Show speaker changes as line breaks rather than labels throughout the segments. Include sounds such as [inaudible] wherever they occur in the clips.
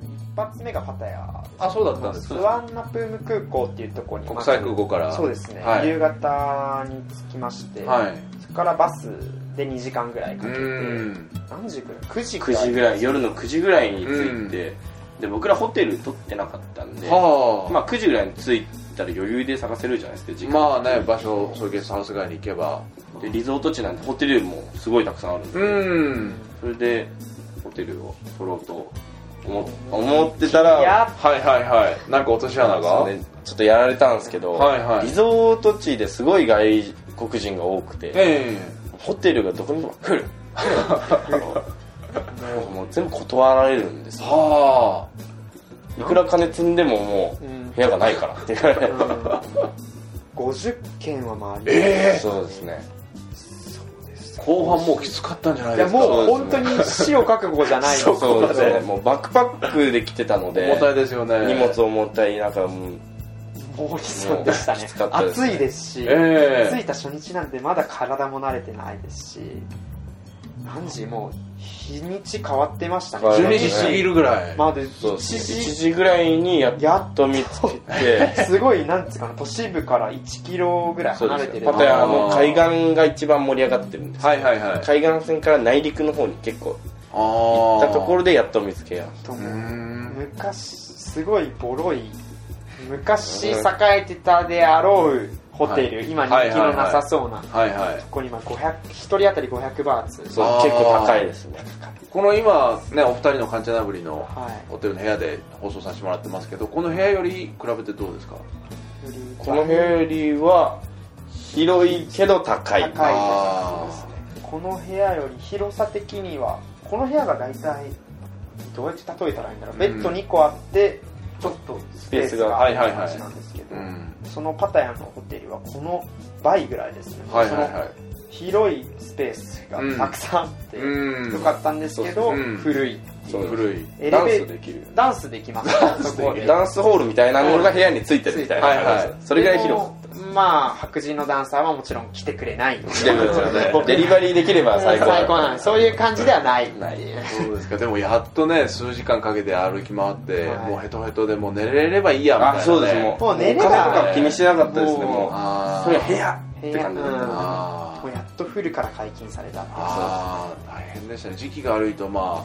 ね一発目がパタヤ
あそうだったんです
スワンナプーム空港っていうところに
国際空港から
そうですね、
はい
夕方に着きまして、
はい
そこからバスで2時間ぐらいか
う
けて
ん
何時ぐらい9時ぐ
9
ら
時
い
ぐらい夜の9時ぐらいに着いて、で僕らホテル取ってなかったんで、
はあ
まあ、9時ぐらいに着いたら余裕で探せるじゃないですか時間、
まあね場所そういうサウス街に行けば
でリゾート地なんてホテルもすごいたくさんあるんで、
うん
それでホテルを取ろうと思っ思ってたら
いや
はいはいはいなんか落とし穴が
そうねちょっとやられたんですけど、
はいはい
リゾート地ですごい外国人が多くて、
え
ホテルがどこにも
[laughs]
来るもう全部断られるんです
え
よ
はい
くら金積んでもも
う
うん部屋がないからって言われて
50件は回り
え
そうですね
あ後半もうきつかったんじゃない
い
で
や
すか
もう本当に死を覚悟じゃない
そうそう
で
ですすねもうバックパックで来てたので
重たいですよね
荷物重たいなんかもう
もう悲惨でしたね
きつかったです
暑
ね
いですし、
え
着
え
いた初日なんでまだ体も慣れてないですし何時もう日にち変わってましたね
変わり
12時
ました
過ぎるぐらい
まで
そう
1
ですね1
時
時ぐらいにやっ
やっ
と見つけて
すごいなんつうかな都市部から1キロぐらい
そう
離れて
ですね
る
パタヤの海岸が一番盛り上がってるんです
はいはいはいあ
海岸線から内陸の方に結構
あ
行ったところ
ろ
でやっと見つけや
と
う
思う
ーん
昔すごいボロい昔栄えてたであろうホテル、今人気のなさそうな、
はいはい
ここに今5001人当たり500バーツ
そう
あー
結構高いですね
この今ねお二人のカンチャナブリの
は
ホテルの部屋で放送させてもらってますけどこの部屋より比べてどうですか
いより
この部屋よりは広いけど高い
高い
あー
ですねこの部屋より広さ的にはこの部屋が大体どうやって例えたらいいんだろう、ベッド2個あってちょっとスペースがある
スペースがはいはいはい
感じなんですけど、
うん
そのパタヤのホテルはこの倍ぐらいですね、
はいはいは
その広いスペースがたくさんあって、
いうん
よかったんですけど、
そうですねうん
古い
そうです
古い
エレ
ダン
ベ
ス
ー
できる
ダンスできますそこで
ダンスホールみたいなものが部屋についてるみたいな
はいはい
はいそれぐらい広かっ
でもまあ白人のダンサーはもちろん来てくれない
たでもデリバリーできれば最高だ
最高なんですそういう感じではないっていう
ない
そうですかでもやっとね数時間かけて歩き回って、
はい
もうヘトヘトでもう寝れればいいやみたいな、ね、
あそうですもう
もう寝れば
お金とか気にしなかったです
も
ね
う
もう
あ
それは部
屋
屋って感じだ
部屋
った
うん
あ
もう
ー
やっとフルから解禁されたっていう
あー大変でしたね時期が悪いとまあ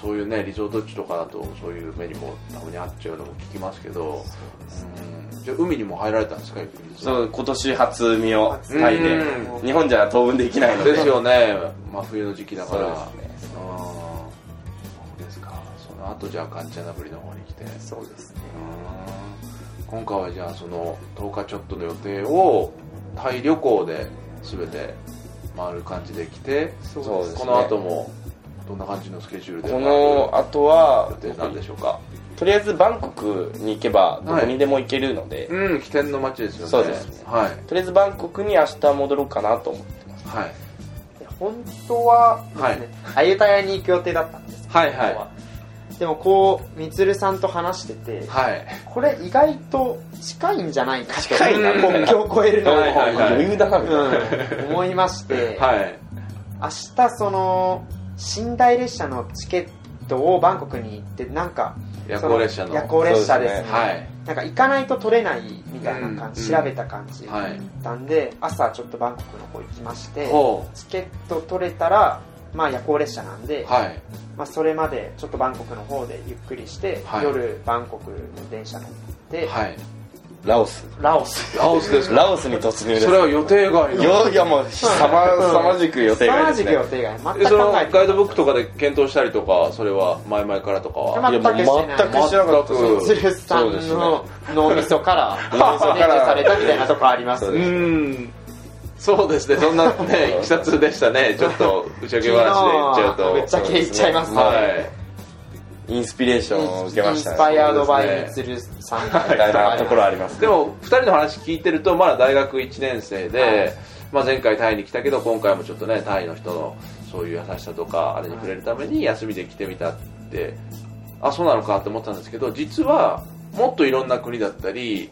そういうねリゾート地とかだとそういう目にもたまにあっちゃうのも聞きますけどうんじゃあ海にも入られたんですかリゾー
そう今年初海を
初
タイで
う
日本じゃ当分できない
ト
の
地
で
ですよね真冬の時期だか
そう
ら
ですね
あーそうですかその後じゃあカンチャナブリの方に来て
そうですね
今回はじゃあその10日ちょっとの予定をタイ旅行で全て回る感じで来て
そう
そうですね
この後もどんな感じのスケジュールで
この後は
回る予定なんでしょうか
とりあえずバンコクに行けばどこにでも行けるので
うん起点の街ですよね
そうです
はい
とりあえずバンコクに明日戻ろうかなと思って
はい
で本当はですね、アユタヤに行く予定だったんです
はい
本当でもこうみつるさんと話してて、
はい
これ意外と近いんじゃないかと
近いな
国境を越えるのも、
はいはいはい
余裕だなみたいな
うん、思いまして、
はい
明日その寝台列車のチケットをバンコクに行ってなんか
夜行列車の
夜行列車ですね
そうですね
はい
なんか行かないと取れないみたいな感じ、
うん
調べた感じだっ
はい
たんで、朝ちょっとバンコクの方行きまして
ほ
チケット取れたらまあ夜行列車なんで、
うはい
まあ、それまでちょっとバンコクの方でゆっくりして、
はい
夜バンコクの電車乗って、
はい
ラオス
ラオス
ラオスですか
ラオスに突入で
[laughs]
す
それは予定外の
よいやもうすさま
うん
さまじく予定外で
凄ま
す
じく予
ね
定外
え
全
そ
く
の
考え
ガ
て
イドブックとかで検討したりとかそれは前々からとかは
まいやもう全くしてなかった
全く
ジルさん
そうです
の脳みそから
脳みそから
伝授されたみたいなとこあります
そう
う
です
んそうですねそんなねいきさつでしたねちょっと打ち上げ話で言っちゃうと
ぶっちゃけ言っちゃいますね
は
インスピレーションを受けました
インス
ね
パイアードバ
そ
イ
うで
ミ
す
ツルさんみ
みたいなところあります
い、
ね
でも2人の話聞いてるとまだ大学1年生で、
はい
まあ、前回タイに来たけど今回もちょっとねタイの人のそういう優しさとかあれに触れるために休みで来てみたってあそうなのかって思ったんですけど実はもっといろんな国だったり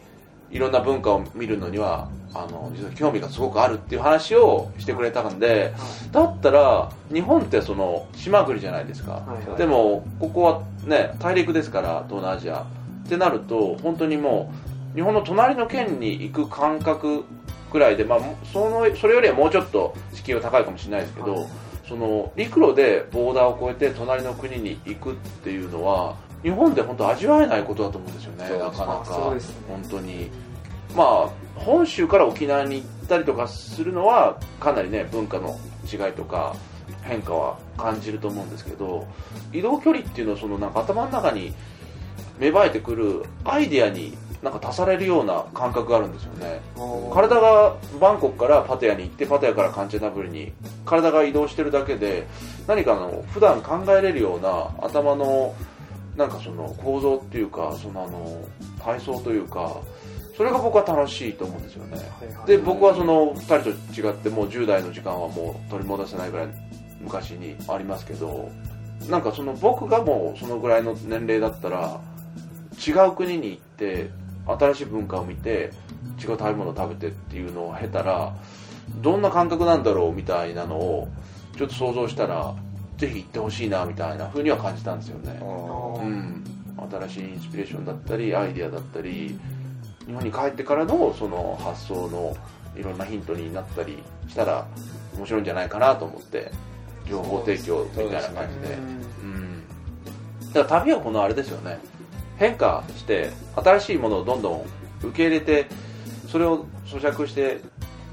いろんな文化を見るのにはあの実は興味がすごくあるっていう話をしてくれたんでだったら日本ってその島国じゃないですか、
はいはい
でもここはね大陸ですから東南アジアってなると本当にもう日本の隣の県に行く感覚くらいで、まあ、そのそれよりはもうちょっと敷居は高いかもしれないですけど、その陸路でボーダーを越えて隣の国に行くっていうのは日本で本当味わえないことだと思うんですよね
そう
なかなか
あそうですね
本当にまあ本州から沖縄に行ったりとかするのはかなりね文化の違いとか変化は感じると思うんですけど移動距離っていうのはそのなんか頭の中に芽生えてくるアイデアになんか足されるような感覚があるんですよね体がバンコクからパテアに行ってパテアからカンチャナブルに体が移動してるだけで何かあの普段考えれるような頭のなんかその構造っていうかそのあの体操というかそれが僕は楽しいと思うんですよねで僕はその2人と違ってもう10代の時間はもう取り戻せないぐらい昔にありますけどなんかその僕がもうそのぐらいの年齢だったら違う国に行って新しい文化を見て違う食べ物を食べてっていうのを経たらどんな感覚なんだろうみたいなのをちょっと想像したらぜひ行ってほしいなみたいな風には感じたんですよね、
うん
うん、新しいインスピレーションだったりアイデアだったり日本に帰ってからのその発想のいろんなヒントになったりしたら面白いんじゃないかなと思って情報提供みたいな感じでうんだから旅はこのあれですよね変化して新しいものをどんどん受け入れてそれを咀嚼して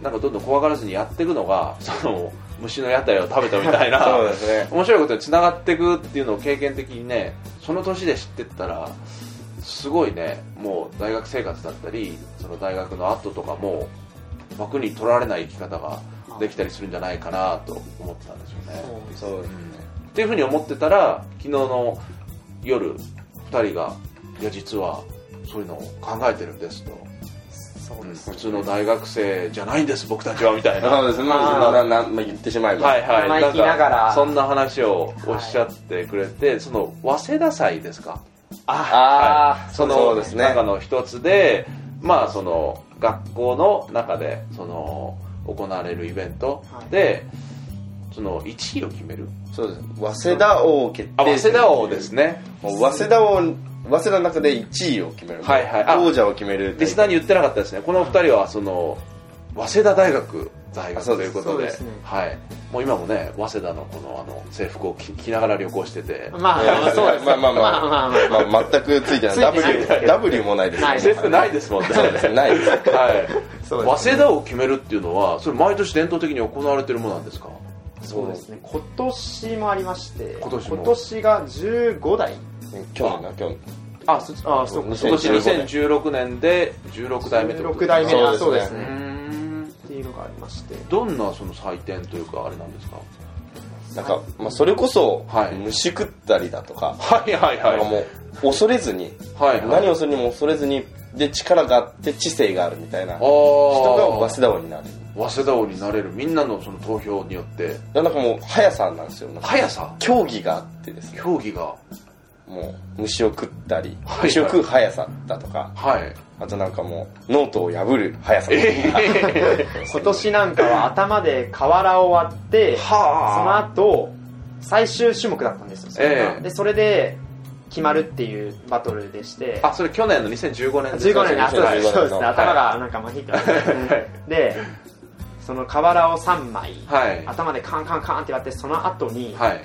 なんかどんどん怖がらずにやっていくのがその虫の屋台を食べたみたい [laughs] な
そうですね
面白いことにつながっていくっていうのを経験的にねその年で知ってったらすごいねもう大学生活だったりその大学の後とかも枠に取られない生き方ができたりするんじゃないかなと思ったんですよね。
そうですね
っていうふうに思ってたら昨日の夜2人が「いや実はそういうのを考えてるんです」と。
そうです
普通の大学生じゃないんです僕たちはみたいな
[laughs]
そうですねまあななまあ言ってしまえば
はいはい、
生意気ながら
んかそんな話をおっしゃってくれて、その早稲田祭ですか
ああ
そ
そ
の
うですね
中の一つでまあその学校の中でその行われるイベントで、その1位を決める
そうです早稲田王決
あ
定
早稲田王ですね
もう早稲田王早稲田の中で1位を決める
はいはいあ
王者を決める
リスナーに言ってなかったですねこの2人はその早稲田大学在学
あそう
とい
で
う
す
こ
そ
とで
うですね
はい、もう今もね早稲田のこのあの制服を着着ながら旅行してて、
まあまあそうです
まあ [laughs] まあまあ
まあまあまあ
まあ、全くついてない
ついてない
W, w もないです
ない
制服ないですもんね
そうですねないです [laughs]
はい、
そうです
早稲田を決めるっていうのはそれ毎年伝統的に行われてるものなんですか
そうですね今年もありまして
今年も
が15代
去年な去年
あそあそうか
今年
2016
2016年で16代目ってこと
6代目あそう
そう
で
ですす
う
ね
ね
ーん
っていうのがありまして
どんなその祭典というかあれなんですか
なんか、まあ、それこそ、
はい
虫食ったりだとか、
はいはいは
ないんかもう恐れずに、
はいはい
何をするにも恐れずにで力があって知性があるみたいな人
あ
が
あ
早稲田王になる
早稲田王になれるみんなのその投票によって
なんかもう速さなんですよなんか
速さ
競技があってですね
競技が
もう虫を食ったり、
はい
虫を食う速さだとか
はい
あとなんかもうノートを破る速さとか、
今年なんかは頭で瓦を割ってその
はあ
後最終種目だったんですよそれが
ええ
でそれで決まるっていうバトルでして
あそれ去年の2015年です
15年の
そう
後
そう
ですそうです
そう
ね頭がなんかまひいてますねでその瓦を3枚
はい
頭でカンカンカンって割ってその後に
はい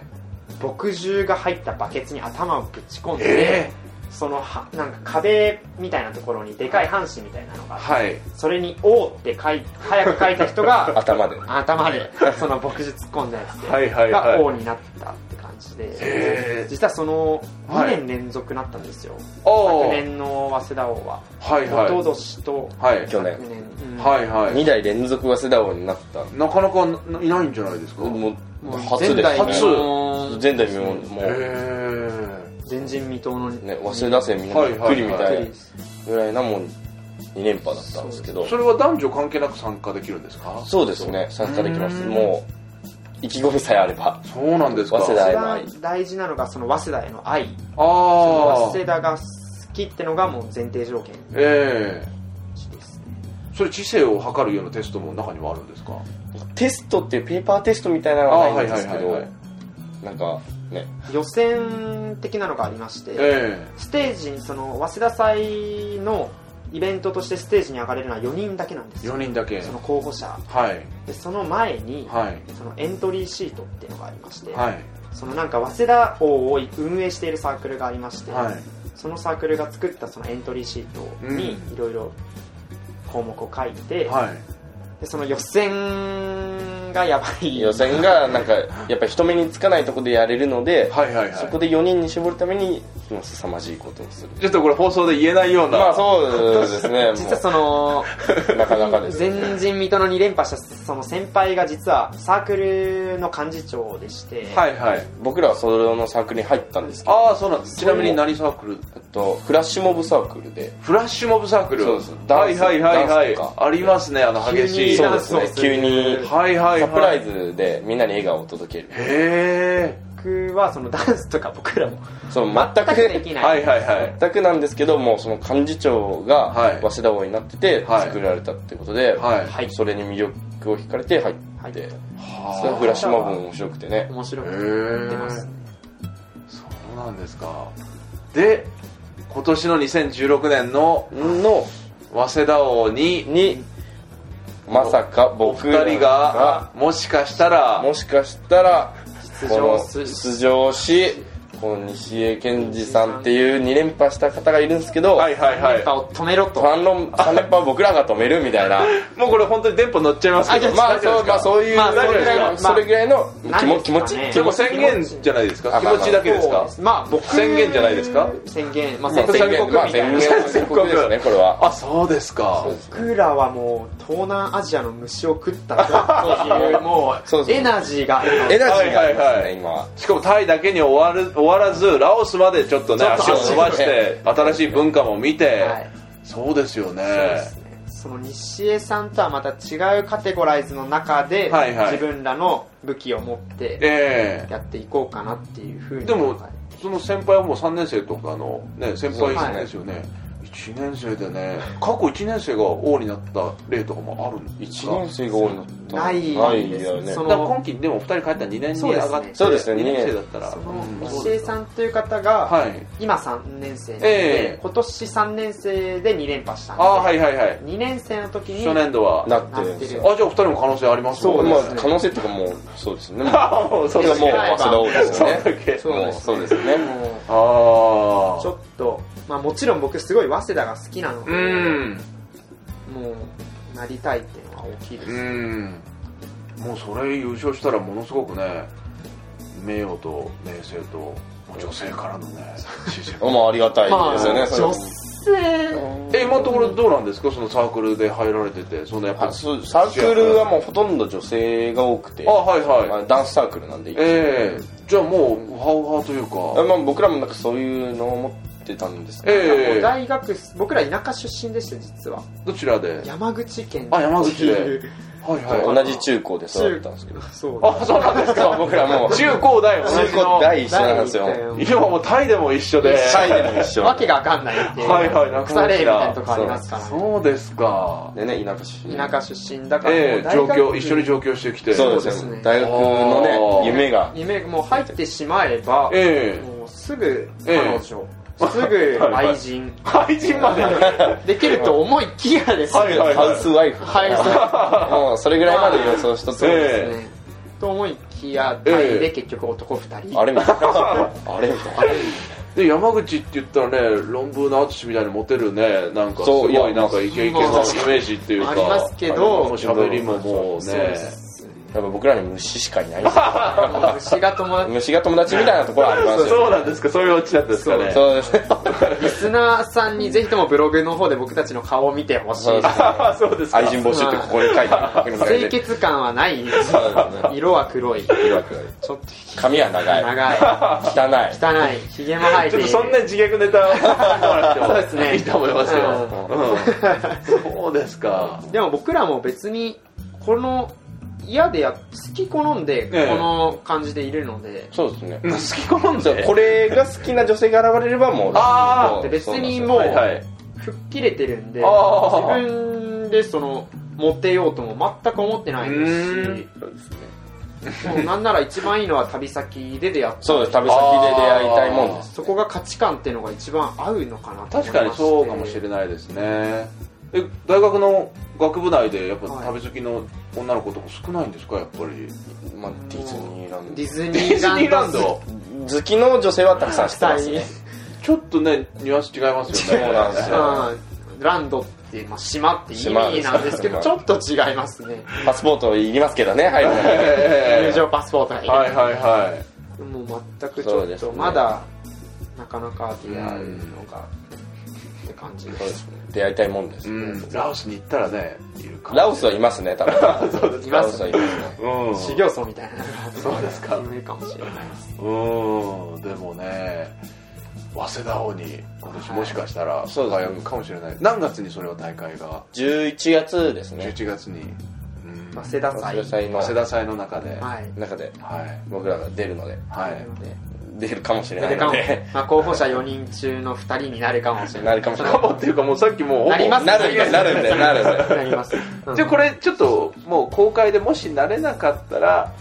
墨汁が入ったバケツに頭をぶち込んで
え
そのはなんか壁みたいなところにでかい半紙みたいなの
[laughs]
があって
はい
それに「王って書い早く書いた
[laughs]
人が
頭で。
頭でその牧師突っ込んだやつで
はいはい
が
はい
王になったって感じ
へ
で
ー
実はその
は
2
い
年連続なったんですよ、
ああ
昨年の早稲田王は
はい
お
はい
ととしと
はい
去年
昨年、うん
はいは
2代連続早稲田王になった。
いなかなかないないんじゃないですかへ
も
も
う
う
初で
前代
すね。
未聞
前代未聞。もう、
え
前人未到の
ね、早稲田生みんなびっくりみた
はい
なぐらいなもん2連覇だったんですけど、
それは男女関係なく参加できるんですか
そうですね、参加できます。
うん
もう、意気込みさえあれば。
そうなんですか
早稲田
一番大事なのがその早稲田への愛
あ
その
あ
早稲田が好きってのがもう前提条件
ええ
ですね
それ知性を測るようなテストも中にもあるんですか
テストっていうペーパーテストみたいなのはないんですけ
あはいはいはいは、
どなんかね、
予選的なのがありまして、
え
ステージにその早稲田祭のイベントとしてステージに上がれるのは4人だけなんで
え
す
四
よ
人だけ
その候補者
はい
でその前に、
はい
そのエントリーシートっていうのがありまして、
はい
そのなんか早稲田王を運営しているサークルがありまして、
はい
そのサークルが作ったそのエントリーシートに
う
いろいろ項目を書いて、
はい
でその予選がやばい
予選がなんか、やっぱり人目につかないとこでやれるので、
はいはいはい
そこで4人に絞るために、もう凄まじいことをする。
ちょっとこれ放送で言えないような
まあそうで
[laughs]
すね、
実はその
もうなかなかです。
前人未到の2連覇したその先輩が実はサークルの幹事長でして、
はいはい
僕らはそれのサークルに入ったんですけど、
ああそうなんですちなみに何サークル
えっと、フラッシュモブサークルで、
フラッシュモブサークル
そうです
はいはいはいはい
ダンスとか
ありますねあの激しい
急
そう
に
ですね、急に
はいはいはい
サプライズでみんなに笑顔を届ける。
へ
僕はそのダンスとか僕らも
その全く、
全くでき
え
ない、
はいはいはい
全くなんですけども、その幹事長が
はい
早稲田王になってて
はい
作られたってことで、
はい
はい
それに魅力を惹かれて入って、
はい
それ
は
はフラッシュマブも面白くてね。
面白
あ
く
へ
出ます
えそうなんですかで今年の2016年の
の、
早稲田王に
に、まさか
お
僕ら
二人がもしかしたら
もしかしたら、
出
こ
場
の
する
出場し、この西江健二さんっていう2連覇した方がいるんですけど、
はいはいは
連
い
覇を止めろと
3連覇は僕らが止めるみた
[laughs]
いな。
もうこれ本当に電波乗っちゃいますけど
まあそう、まあそういう、
まあ
それぐらい
まあ
の、それぐらいの気
何
も
ですかね
気持ち、
でも宣言じゃないですか
あ
気
まあ
持ちだけですか
まあ僕
宣言じゃないですか
宣言まあ
まあ
宣言
宣言、まあ宣言の宣告ですね、これは。
あそうですか
そうですね
僕らはもう東南アジアの虫を食ったというも
そう
う
そう
エナジーが
エナジーがあります
はいはいは
ね、
い
今は。
しかもタイだけに終わる終わらずラオスまでちょっとね
ちょっと
足を伸ばし
足を
て新しい文化も見て、
はい
そうですよね
そうですねその西江さんとはまた違うカテゴライズの中で、
はいはい
自分らの武器を持って
ええ
やっていこうかなっていうふうに
でも
考え
その先輩はもう3年生とかの、ね、先輩
そう
ですよね、1年生でね過去1年生が王になった例とかもあるんです
1
か
年生が多いのって
ない
ないよ
で
ね
す。そ
だ
の
から今期でも2人帰ったら2年に
そう
上
ですね
がって
そうです
2
ね
年生だったら
そ
うん
の
そう
西江
です
さんという方が、
はい
今3年生なの
え
で、
え
今年3年生で2連覇したん
あ
で
あはいはいはい
2年生の時に
初年度は
な
あ
ってるんですよ。
じゃあ2人も可能性あります
そう、まあ
ね、
可能性とかもう、そうですね。もう、も
あもう
う、早
ですね
稲田王ですよ
[laughs]
ね。
そうだっけ
そう
も
で
う、
すね
そうですね。
も
ああ
うちょっと、まあ、もちろん僕すごい早稲田が好きなので、
うん
もうなりたいっていうのは大きいです、
うんもうそれ優勝したらものすごくね名誉と名声ともう女性からのね支
[laughs]
持
まあ、ありがたいですよね、それ
女
は
性
え今のところどうなんですかそのサークルで入られててそのやっぱ
あそうサークルはもうほとんど女性が多くて、
あはいはい、
まあダンスサークルなんで、
ええじゃあもうウハウハという
あ
か
まあ、僕らもなんかそういうのを持ってたんですけど、
ええ
大学僕ら田舎出身でして実は
どちらで
山口県
あ山口で
っていう
はいはい
同じ中高で育ったんですけど
[laughs] そう
あそうなんですか
[laughs] 僕らもう
中高大同
中
じ
高
の
第一緒なんですよ
今もうタイでも一緒で
タイでも一緒
わけがわかんないっていう
はいはいなくなっちゃう
腐れみたいなとこありますからね
そうですか
でね田舎出身
田舎出身だから
ええ
もう大
上
学
京一緒に上京してきて
そうです
そうです
ね
ね
大学のね夢が
夢もう入ってしまえば、
ええ
もうすぐ
え [laughs]
彼
え
女、すぐ
はい
愛人、
廃人まで
できると思いきやですね、
はいはい
ハウスワイフ
はい
もうそれぐらいまで予想しとって、
え
ねと思いきやタイで結局男2人、
[laughs] あれみたいなあれみたいな
で山口って言ったらね論文の淳みたいにモテるねなんかす
そう
ご
いや
いなんかイケイケなイメージっていうか
ありますけど
あの喋りももう
そう
ね
です
やっぱ僕らに虫しかいない
虫が
[laughs]
友達
虫が友達みたいなところありますよ
そうなんですかそういうオチだったんですかね
そうですね
リスナーさんにぜひともブログの方で僕たちの顔を見てほしい
そうですね
あそうですか
愛人募集ってここに書いてあ
清
る
潔感はない色は黒いちょっと
髪は長い
長い
汚い
汚いひげも生え
ち
て
ょっ
いる
とそんな自虐ネタを [laughs] 言ってもらっても
そうですね
いいと思いますよ、
う
うんそうですか
でも僕らも別にこの嫌でや好き好んで
ええ
この感じでいるので、
そうですね
好き好ん
そう
で
これが好きな女性が現れればもう
あー
もう
で別に
そうなんですよ
もう
はいはい
吹っ切れてるんで
ああ
自分でそのモテようとも全く思ってないですし
そうですね
もうなんなら一番いいのは旅先で出会った
そうです旅先で出会いたいもんです
そこが価値観っていうのが一番合うのかなと思いまし
確
て
かにそうかもしれないですねえ大学の学部内でやっぱ旅好きの女の子とか少ないんですかやっぱり
まあディズニーラン
デ
ド
ィズニ
ディズニー
ー
ラ
ラ
ン
ン
ド
ド
好きの女性はたくさん知ってますね
ちょっとねニュアンス違いますよね
そう [laughs] なんですよ
うんランドって、まあ、島って意味なんですけどちょ
島
っと違いますね
パスポートいりますけどね入るのに
え
入場パスポートがい
え
る
はいはいはい
もう全くち
そ
ょ
うで
っ
すね
とまだなかなか出会うのがって感じ
そう
で
ですすね出会いたいもんです、
うん、ラオスに行ったらね、いるかも。
ラオスはいますね多分
い
ラ
ま
オス
す
はいますね
うん。
修行僧みたいな
そうですか
有名かもしれないです
うん、でもね、早稲田方に今年もしかしたら通
そうですね
うかもしれない。何月にそれは大会が
11月ですね
?11 月に。うん
早稲田
早
祭
稲田祭の
早稲田祭の中で。は
はい
中で
い。
僕らが出るので
はい。
出るかもしれ
な
ない
るか
の
も
で、
まあ、候補者4人中の2人になるかもしれない
なるかもしれ
か
な
[laughs] もっていうかもうさっきもうほぼ
なります
いなるんでなるんでなるんで
なります、うん
じゃあこれちょっともう公開でもし慣れなかったら、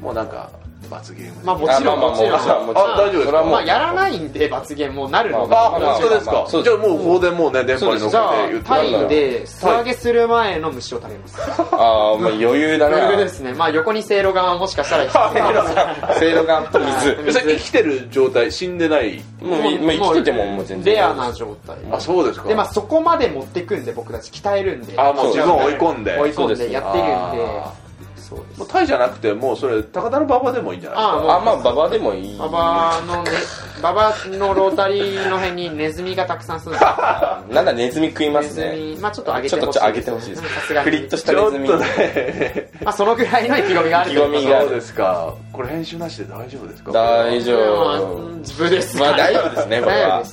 もうなんか罰ゲームで。
まあもち
あま
ろ
あ
ん
まあ
もちろん
もちろんもちろん
あ大丈夫ですか
それはもう
まあやらないんで罰ゲームもうなるので、
ま
あ、
まま
本当です
まあまあまあ
か
そう。
じ
で
ゃ
す
あもう法でもうね、電
そ
波
う
に
で
乗
す
っ
じゃ
け
あ
て言って
タ
もら
イ
う
で素揚げする前の虫を食べます
ああまあ余裕だ
余裕で
ね
すねまあ横にせいろがもしかしたら必要
せいろがと水
えそれ生きてる状態、死んでない。
もうもう生きててももう全然
レアな状態
あ、そうですか。
でまあそこまで持ってくんで僕たち鍛えるんで
あもう
自
分を追い込んで
追い込んでやってるんで
あ
そうです
もうタイじゃなくて、もうそれ、高田の馬場でもいいんじゃない
あ
あ
あ
ま
も
あババでもいいう
ババの
[laughs]
ねババのロータリーの辺にネズミがたくさん住んで
なんだネズミ食 [laughs] いま
ますすネズ
ね
ミまあちょっと上げ
ち
て
ょ
ほ
っと
しい
ちょっと上げてほしいです
さすが
ク
に
リッとした
ちょ
ネ
っ
ズミ
とね、
まあそのぐらいの意気込みがあるってこと
意気込みが
そうですか。これ編集なしで大丈夫ですか
大丈
まあ
夫
自分です
まあ大丈夫ですね僕
大丈夫
は
で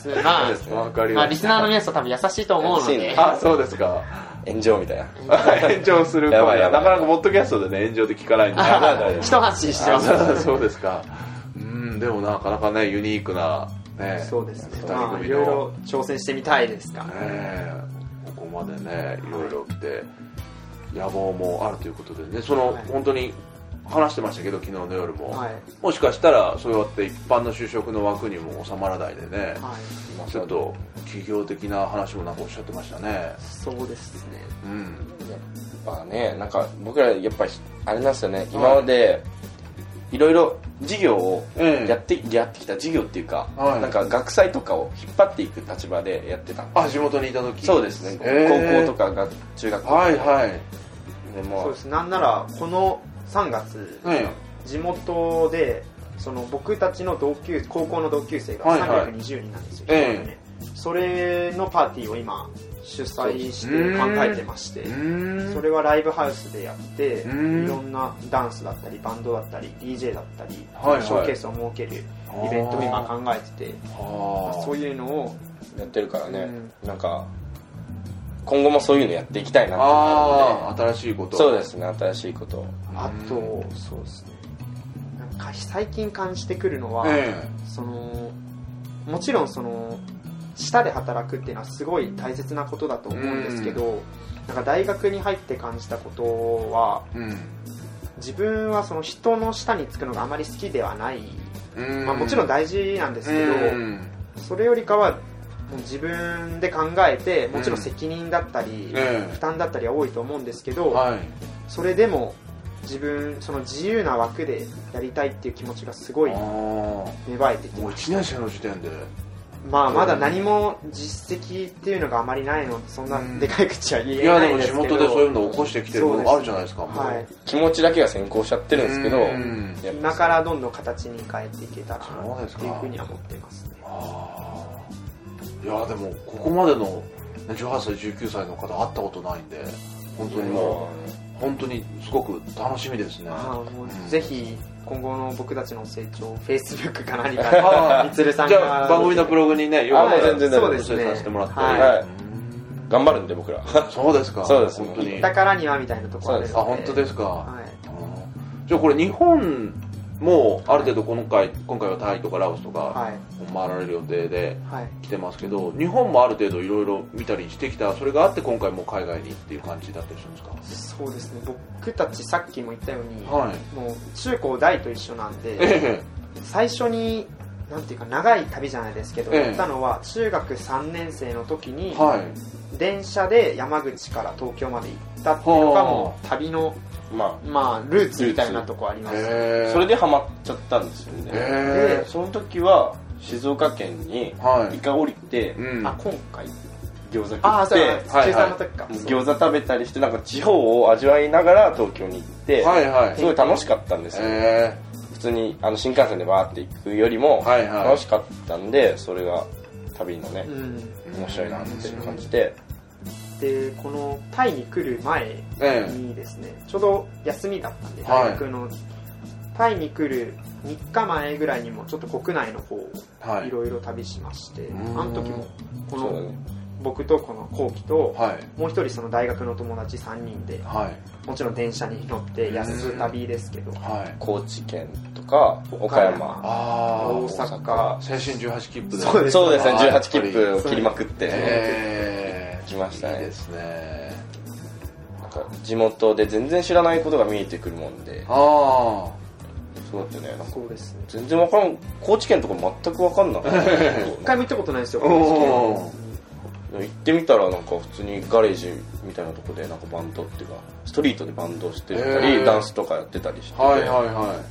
すまあ
わかり
まあ
ま
リ
し
スナー
た。
の皆さん多分優しいと思うの
優しいね
で
あ、そうですか。
炎上みたいな
炎上するか
や
も
ばい
な
や
か
ばい
なかポッドキャストでね、炎上で聞かないんで。 [laughs]
一安心してます
あそうですか。うん、でもなかなかね、ユニークな、ね。
そうですね
二人
まあ
組
い
の
ろいろ挑戦してみたいですから
ねえここまでねいろいろ来て野望もあるということでねその、
はい
本当に話してましたけど昨日の夜も、
はい
もしかしたらそうやって一般の就職の枠にも収まらないでね、
はい
ちょっと企業的な話もなんかおっしゃってましたね
そうですね
うん
やっぱねなんか僕らやっぱあれなんですよね今までいろいろ事業を
ええ
やって,、やってきた事業っていうか、
はい
なんか学祭とかを引っ張っていく立場でやってた
あ地元にいた時
そうですね、
ええ
高校とかが中学校とか
はいはい
で
そう
も
ですなんならこの3月、
え
地元でその僕たちの同級高校の同級生が
はいはい
320人なんですよ、
ええ
ねそれのパーティーを今主催して考えてまして
えうーん
それはライブハウスでやっていろ
うん
んなダンスだったりバンドだったり DJ だったりシ
はいはい
ョーケースを設けるイベントを今考えてて
はあ
そういうのを
やってるからね、なんか今後もそういうのやっていきたいなって
ああ新しいこと
そうですね新しいことを
あとそうですねなんか最近感じてくるのは、
え
そのもちろんその下で働くっていうのはすごい大切なことだと思うんですけど、なんか大学に入って感じたことは
えうん
自分はその人の下につくのがあまり好きではない、
うん
まあ、もちろん大事なんですけど、
うん
それよりかはもう自分で考えてもちろん責任だったり、
ええ
負担だったりは多いと思う思うんですけど、
はい
それでも自分その自由な枠でやりたいっていう気持ちがすごい
あーも
芽生えてきて
う1年生の時点で
まあまだ何も実績っていうのがあまりないのでそんなでかい口は言
い
え
や
な
で
いん
も
です
地
けど、
元でそういうのを起こしてきてるものがあるじゃないですかもう
はい
気持ちだけが先行しちゃってるんですけど、
うん
やっぱ
今からどんどん形に変えていけたら
そう
な
で
っ
すか
ていうふうには思ってますね
あーいやでもここまでのね18歳19歳の方会ったことないんで本当にもう本当にすごく楽しみですね
ああも
うん
うぜひ今後の僕たちの成長を Facebook か何
あ
か
あ
みつるさん
じ
が
ゃあ番組のブログにねよかったら
全然
そう
ご
です
紹介
ね
させてもらって、
はい
頑張るんで僕ら [laughs]
うんそうですか
そうです
本当に
行ったからにはみたいなところあるので
あ本当ですか、
はい
うんじゃあこれ日本もある程度この回今回はタイとかラオスとか
はい
回られる予定で
はい
来てますけど日本もある程度いろいろ見たりしてきたそれがあって今回もう海外にっていう感じだったりするんですか
そうですね僕たちさっきも言ったように、
はい
もう中高大と一緒なんで
え
最初になんていうか長い旅じゃないですけど、
ええ
行ったのは中学3年生の時に
え、はい
電車で山口から東京まで行ったっていうのが
はあ
もう旅の、
ま
まあ、ルーツみたいなとこあります、
あ
へえ
それでハマっちゃったんですよね、
へ
でその時は静岡県に
えは
一
い
回降りて
うん
あ今回
餃子
ああそ
食
う
って
だ中3の時か、
餃子食べたりしてなんか地方を味わいながら東京に行って、
はいはい
すごい楽しかったんですよ、
へ
普通にあの新幹線でバーって行くより
え
も
はいはい
楽しかったんでそれが旅のね
うん、
面白いなっていう感じで
でこのタイに来る前
ええ
にですねちょうど休みだったんで
はい
大学の、タイに来る3日前ぐらいにもちょっと国内の方を
はい
いろいろ旅しまして、
ーん
あの時もこ
そうだ
の
ね
僕とこの後期と
はい
もう一人その大学の友達3人で
はい
もちろん電車に乗って安旅ですけど
はい
高知県とか岡山
ああ
大阪
青春18切符で
そうです
そうですね
あー
18切符を切りまくって
ええ
来ましたね
いいですね
なんか地元で全然知らないことが見えてくるもんで
あ
そうだったよねなんか
そうですね
全然わからん高知県とか全くわかんなかった
一回も行ったことないんですよ
あお
行ってみたらなんか普通にガレージみたいなとこでなんかバンドっていうかストリートでバンドしてた
へ
り
ー
ダンスとかやってたりして
はいはいは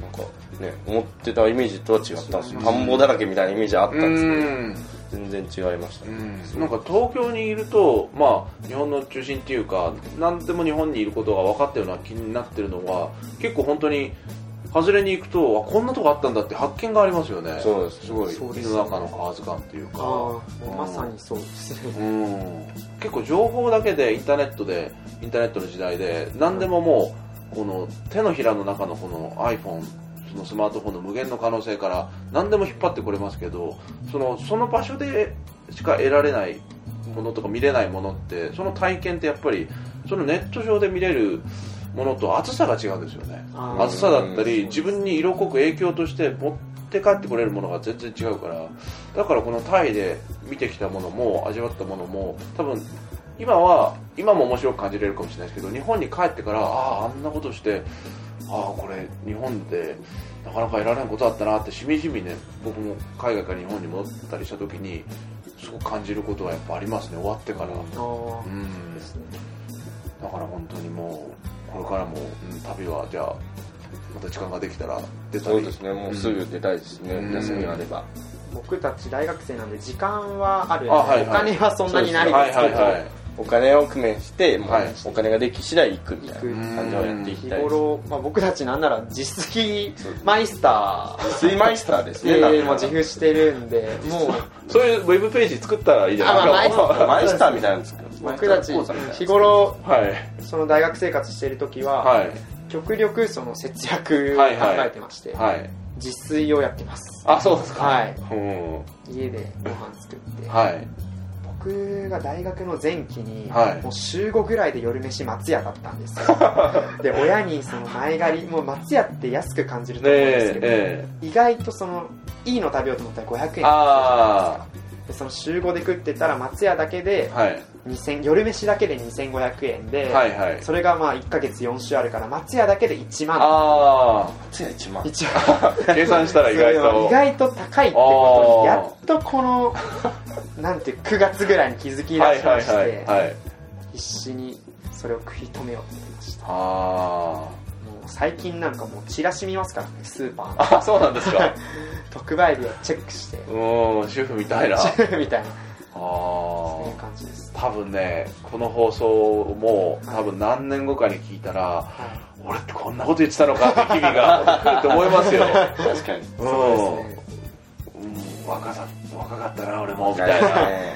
なんかね思ってたイメージとは違ったんですよ
うん
田んぼだらけみたいなイメージあった
い
んですけど
ん
全然違いましたね
なんか東京にいると、まあ、日本の中心っていうか何でも日本にいることが分かったような気になってるのが結構本当に外れに行くとあこんなとこあったんだって発見がありますよね
そうです
すごい
そうで
世
す
の中のカーズ感っていうか
あーもうまさにそうです [laughs] ね
うん結構情報だけでインターネットでインターネットの時代で何でももうこの手のひらの中のこの iPhone そのスマートフォンの無限の可能性から何でも引っ張ってこれますけどそのその場所でしか得られないものとか見れないものってその体験ってやっぱりそのネット上で見れるものと厚さが違うんですよね
あー
厚さだった
うん
り自分に色濃く影響として持って帰ってこれるものが全然違うからだからこのタイで見てきたものも味わったものも多分今は今も面白く感じれるかもしれないですけど日本に帰ってからあああんなことしてああこれ日本でなかなか得られんことだったなってしみじみね僕も海外から日本に戻ったりした時にすごく感じることがやっぱありますね終わってから
あー
うん
ですね
だから本当にもうこれからも、うん旅はじゃあまた時間ができたら出たり
そうですねもうすぐ出たいですね、
うん
休みがあれば
僕たち大学生なんで時間はあるんで
あはい
お
はい
金はそんなにな
はいいは
で
い
すけど
はい
お金を工面して、もう
はい
お金ができ次第行くみたいな
行く
感じをやっていき
日
たいです
頃、まあ、僕たちなんなら自炊マイスター
水マイスターです
で
ね、なんか
もう自負してるんでもう
そういうウェブページ作ったらいいじゃ
あまあ
ない
前
ですか
マイスターみたいなんですけど
僕たち
マイスター講座みたい
日頃
はい
その大学生活してる時は、
はい
極力その節約を考
はいはい
えてまして、
はい
自炊をやってます
あそうですか
はい
うん
家でご飯作って、
はい
僕が大学の前期に、
はい
もう週5ぐらいで夜飯松屋だったんですよ
[laughs]
で親にその前借りもう松屋って安く感じると
ね
思うんですけ
え
ど、
え
意外とそのいいの食べようと思ったら500
え
円
あ
でその週5で食ってたら松屋だけで
あはい
2000夜飯だけで2500円で、
はいはい
それがまあ1ヶ月4週あるから松屋だけで1万
あ
つや1万
一応
あ計算したら意外と
意外と高いってことに
あ
や
ー
っとこのなんて9月ぐらいに気づき出しまして、
はいはいはいはい
必死にそれを食い止めようと思いました
あ
もう最近なんかもうチラシ見ますからねスーパーの
ーあそうなんですか
特売日をチェックして
うーん主婦みたいな
[laughs] みたいな
あ
そういう
あ
感じです
多分ねこの放送も多分何年後かに聞いたら、
は
俺ってこんなこと言ってたのかって日々が来ると思いますよ
確かに。
い [laughs] そうですね
うん、若さ若かったな俺もみ
だ
たいな、
ね。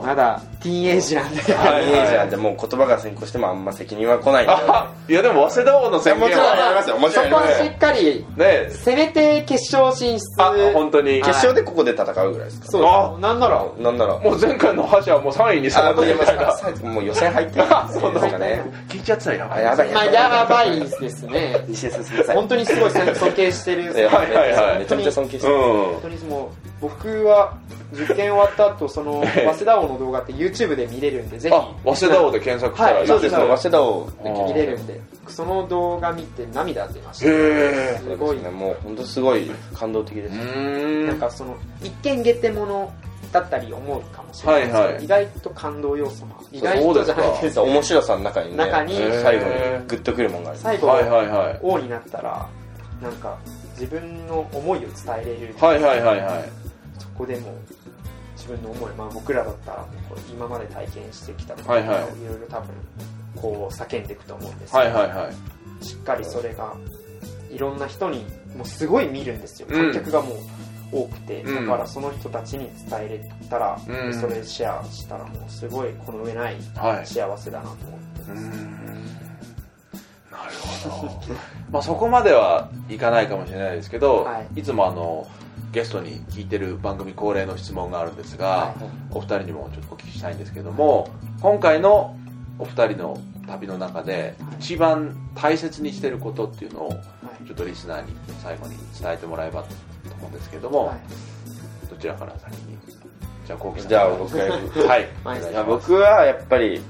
うん、
まだティーンエイジなんで
イメージなんてもう言葉が先行してもあんま責任は来ないんだよね。
いやでも早稲田王の宣
もち
言
ろんあり
は
ますよ。もち
そ
ろんあり
こ
ま
は
す
し
よ。
っかり
ね
せめて決勝進出
あ本当に
決勝でここで戦うぐらいですか
そう
あ
なんなら
ら。なんなら。
もう前回の覇者はもう3位に下が
あ、
っ
もう
たみたいな
もう予選入ってるんです
そうなん
か
だ
ね。
聞いちゃってたらやば
あ、
い
やばい。
まあやばいですね
西江さんすいません。
本当にすごい尊敬してる
いや
はいはいはい
めちゃめちゃ尊敬してる。
うん
本当にもう僕は受験終わった
[laughs]
後その早稲田王の動画って YouTube で見れるんでぜ
あ
ひ
早稲田王で検索したら、
はい
そうですね、早稲田を。
見れるんでその動画見て涙出ました
へ
すごい
ね、もう本当すごい感動的です。
ー
なんかその一見下手者だったり思うかもしれないですけど、
はいはい
意外と感動要素もある意外
そう
と
です
じゃ
か
ないです
面白さの中にね、
中に
最後にグッとくるもんがある。
最後、
はいはいはい
王になったらなんか自分の思いを伝えれる、
はいはいはいはい
そこでもう自分の思い、まあ、僕らだったらもうこれ今まで体験してきたことを
はいいはい
ろいろ多分こう叫んでいくと思うんですけど、
はいはいはい
しっかりそれがいろんな人にもうすごい見るんですよ
うん
観客がもう多くて、
うん
だからその人たちに伝えれたら、
うん
それシェアしたらもうすごいこの上ない
はい
幸せだなと思って
うー
ます、
んなるほどまあそこまではいかないかもしれないですけど、、
はい
つもあのゲストに聞いてる番組恒例の質問があるんですが、
はい
お二人にもちょっとお聞きしたいんですけども今回のお二人の旅の中で一番大切にしてることっていうのをちょっとリスナーに最後に伝えてもらえばと思うんですけども、
はい
どちらから先にじゃあこう
じゃあ僕が言う
はい
はい
いや [laughs] 僕はやっぱり、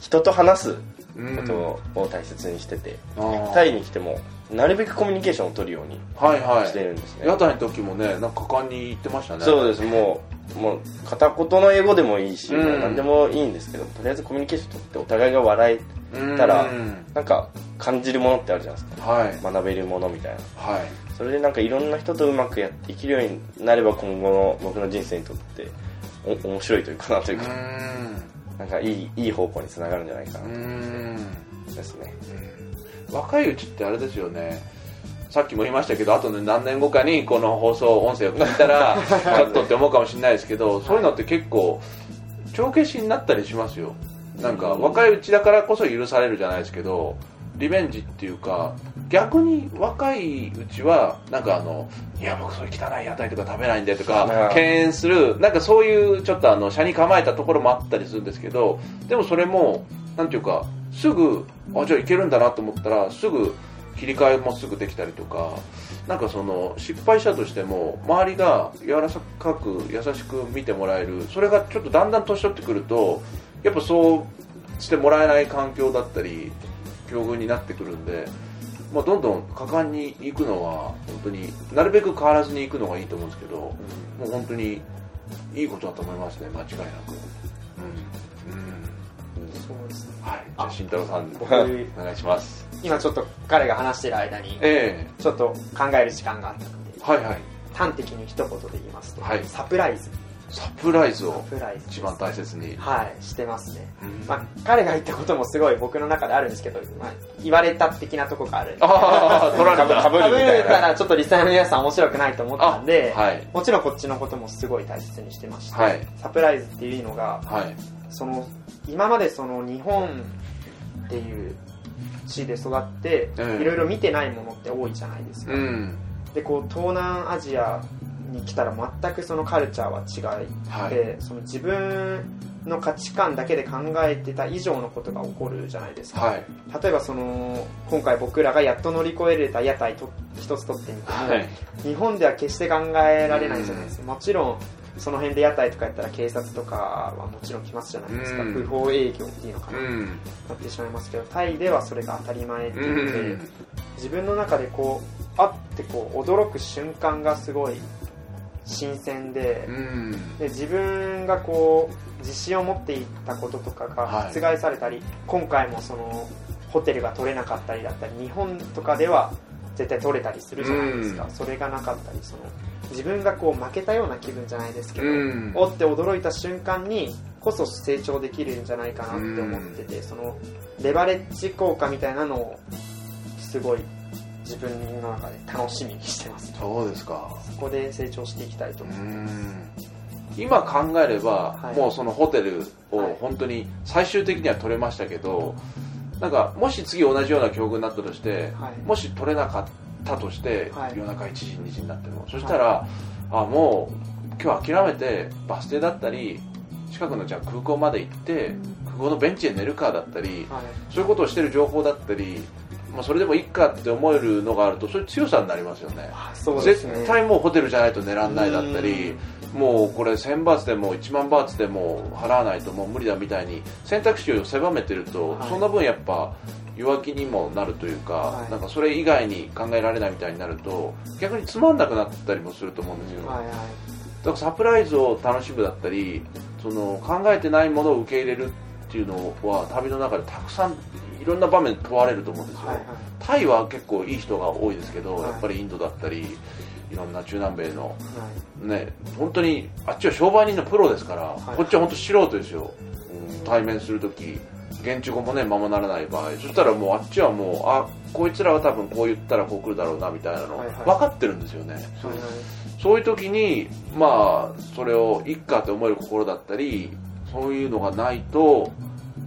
人と話すこ
うん
とを大切にしてて、
あー
タイに来てもなるべくコミュニケーションを取るように
はいは
して
い
るんですね、
屋台の時もねなんか果敢に言ってましたね
そうですもうもう片言の英語でもいいし、
うん
もう何でもいいんですけどとりあえずコミュニケーション取ってお互いが笑え
うん
たら
うん
なんか感じるものってあるじゃないです
はい
か学べるものみたいな
はい
それでなんかいろんな人とうまくやっていけるようになれば今後の僕の人生にとってお面白いというかなというか、なんかいいいい方向につながるんじゃないか
うんう
なんですね、
うん若いうちってあれですよねさっきも言いましたけどあとね何年後かにこの放送音声を聞いたらちょっとって思うかもしれないですけどそういうのって結構帳消しになったりしますよなんか若いうちだからこそ許されるじゃないですけどリベンジっていうか逆に若いうちはなんかあのいや僕そういう汚い屋台とか食べないんでとか
うん
敬遠するなんかそういうちょっとあの車に構えたところもあったりするんですけどでもそれもなんていうかすぐあじゃあいけるんだなと思ったらすぐ切り替えもすぐできたりとかなんかその失敗したとしても周りが柔らかく優しく見てもらえるそれがちょっとだんだん年取ってくるとやっぱそうしてもらえない環境だったり境遇になってくるんで、まあ、どんどん果敢に行くのは本当になるべく変わらずに行くのがいいと思うんですけどもう本当にいいことだと思いますね間違いなく。うん
そうですね
はい、じゃあ慎太郎さん
僕
お願いします。
今ちょっと彼が話してる間に
え
ちょっと考える時間があったので
えはいはい。
端的に一言で言いますと、
はい
サプライズ
サプライズ
サ
を
プライズ
一番大切に。
はいしてますね、
うん
まあ、彼が言ったこともすごい僕の中であるんですけど、まあ、言われた的なとこがあるんで
ああ、取られた。
かぶ
食
るみ
べ
たい
た
な
らちょっとリスナーの皆さん面白くないと思ったんで、
はい。
もちろんこっちのこともすごい大切にしてまして、
はい。
サプライズっていうのが
はい。
その今までその日本っていう地で育って
うん
いろいろ見てないものって多いじゃないですか、
うん。
でこう東南アジアに来たら全くそのカルチャーは違い
はい。
でその自分の価値観だけで考えてた以上のことが起こるじゃないですか、
はい。
例えばその今回僕らがやっと乗り越えれた屋台と一つ取ってみても、
はい。
日本では決して考えられないじゃないですか、もちろんその辺で屋台とかやったら警察とかはもちろん来ますじゃないですか、
うん
不法営業っていうのか
う
な、
ん。
なってしまいますけどタイではそれが当たり前って
う
いうので、
ん。
自分の中でこうあってこう驚く瞬間がすごい新鮮で、
うん。
で自分がこう自信を持っていたこととか
は
が
い
覆されたり、今回もそのホテルが取れなかったりだったり日本とかでは絶対取れたりするじゃないですか、
うん
それがなかったりその自分がこう負けたような気分じゃないですけど、
うん
おって驚いた瞬間にこそ成長できるんじゃないかなって思ってて、そのレバレッジ効果みたいなのをすごい自分の中で楽しみにしてます
そうですか
そこで成長していきたいと
う
思います
ん今考えれば、
はい
もうそのホテル
は
を
い
本当に最終的には取れましたけど、なんかもし次同じような境遇になったとして、
はい
もし取れなかったとして、
はい
夜中1時2時になってもそしたら、あもう今日諦めてバス停だったり近くのじゃあ空港まで行って空港のベンチで寝るかだったり
はい
そういうことをしてる情報だったり、まあ、それでもいいかって思えるのがあるとそういう強さになりますよね
あそうですね
絶対もうホテルじゃないと狙わないだったりもうこれ1000バーツでも1万バーツでも払わないともう無理だみたいに選択肢を狭めてると、
はい
その分やっぱ弱気にもなるというか、
はい
なんかそれ以外に考えられないみたいになると逆につまんなくなったりもすると思うんですよ、
はいはい
だからサプライズを楽しむだったりその考えてないものを受け入れるっていうのは旅の中でたくさんいろんな場面で問われると思うんですよ、
はいはい
タイは結構いい人が多いですけど、
はい
やっぱりインドだったりいろんな中南米の
はい
ね本当にあっちは商売人のプロですから、
はい
こっちは本当素人ですよ対面するとき現地語もねままならない場合そしたらもうあっちはもうあこいつらは多分こう言ったらこう来るだろうなみたいなの、
はいはい
分かってるんですよね、
はいはい
そういう時にまあそれをいっかって思える心だったりそういうのがないと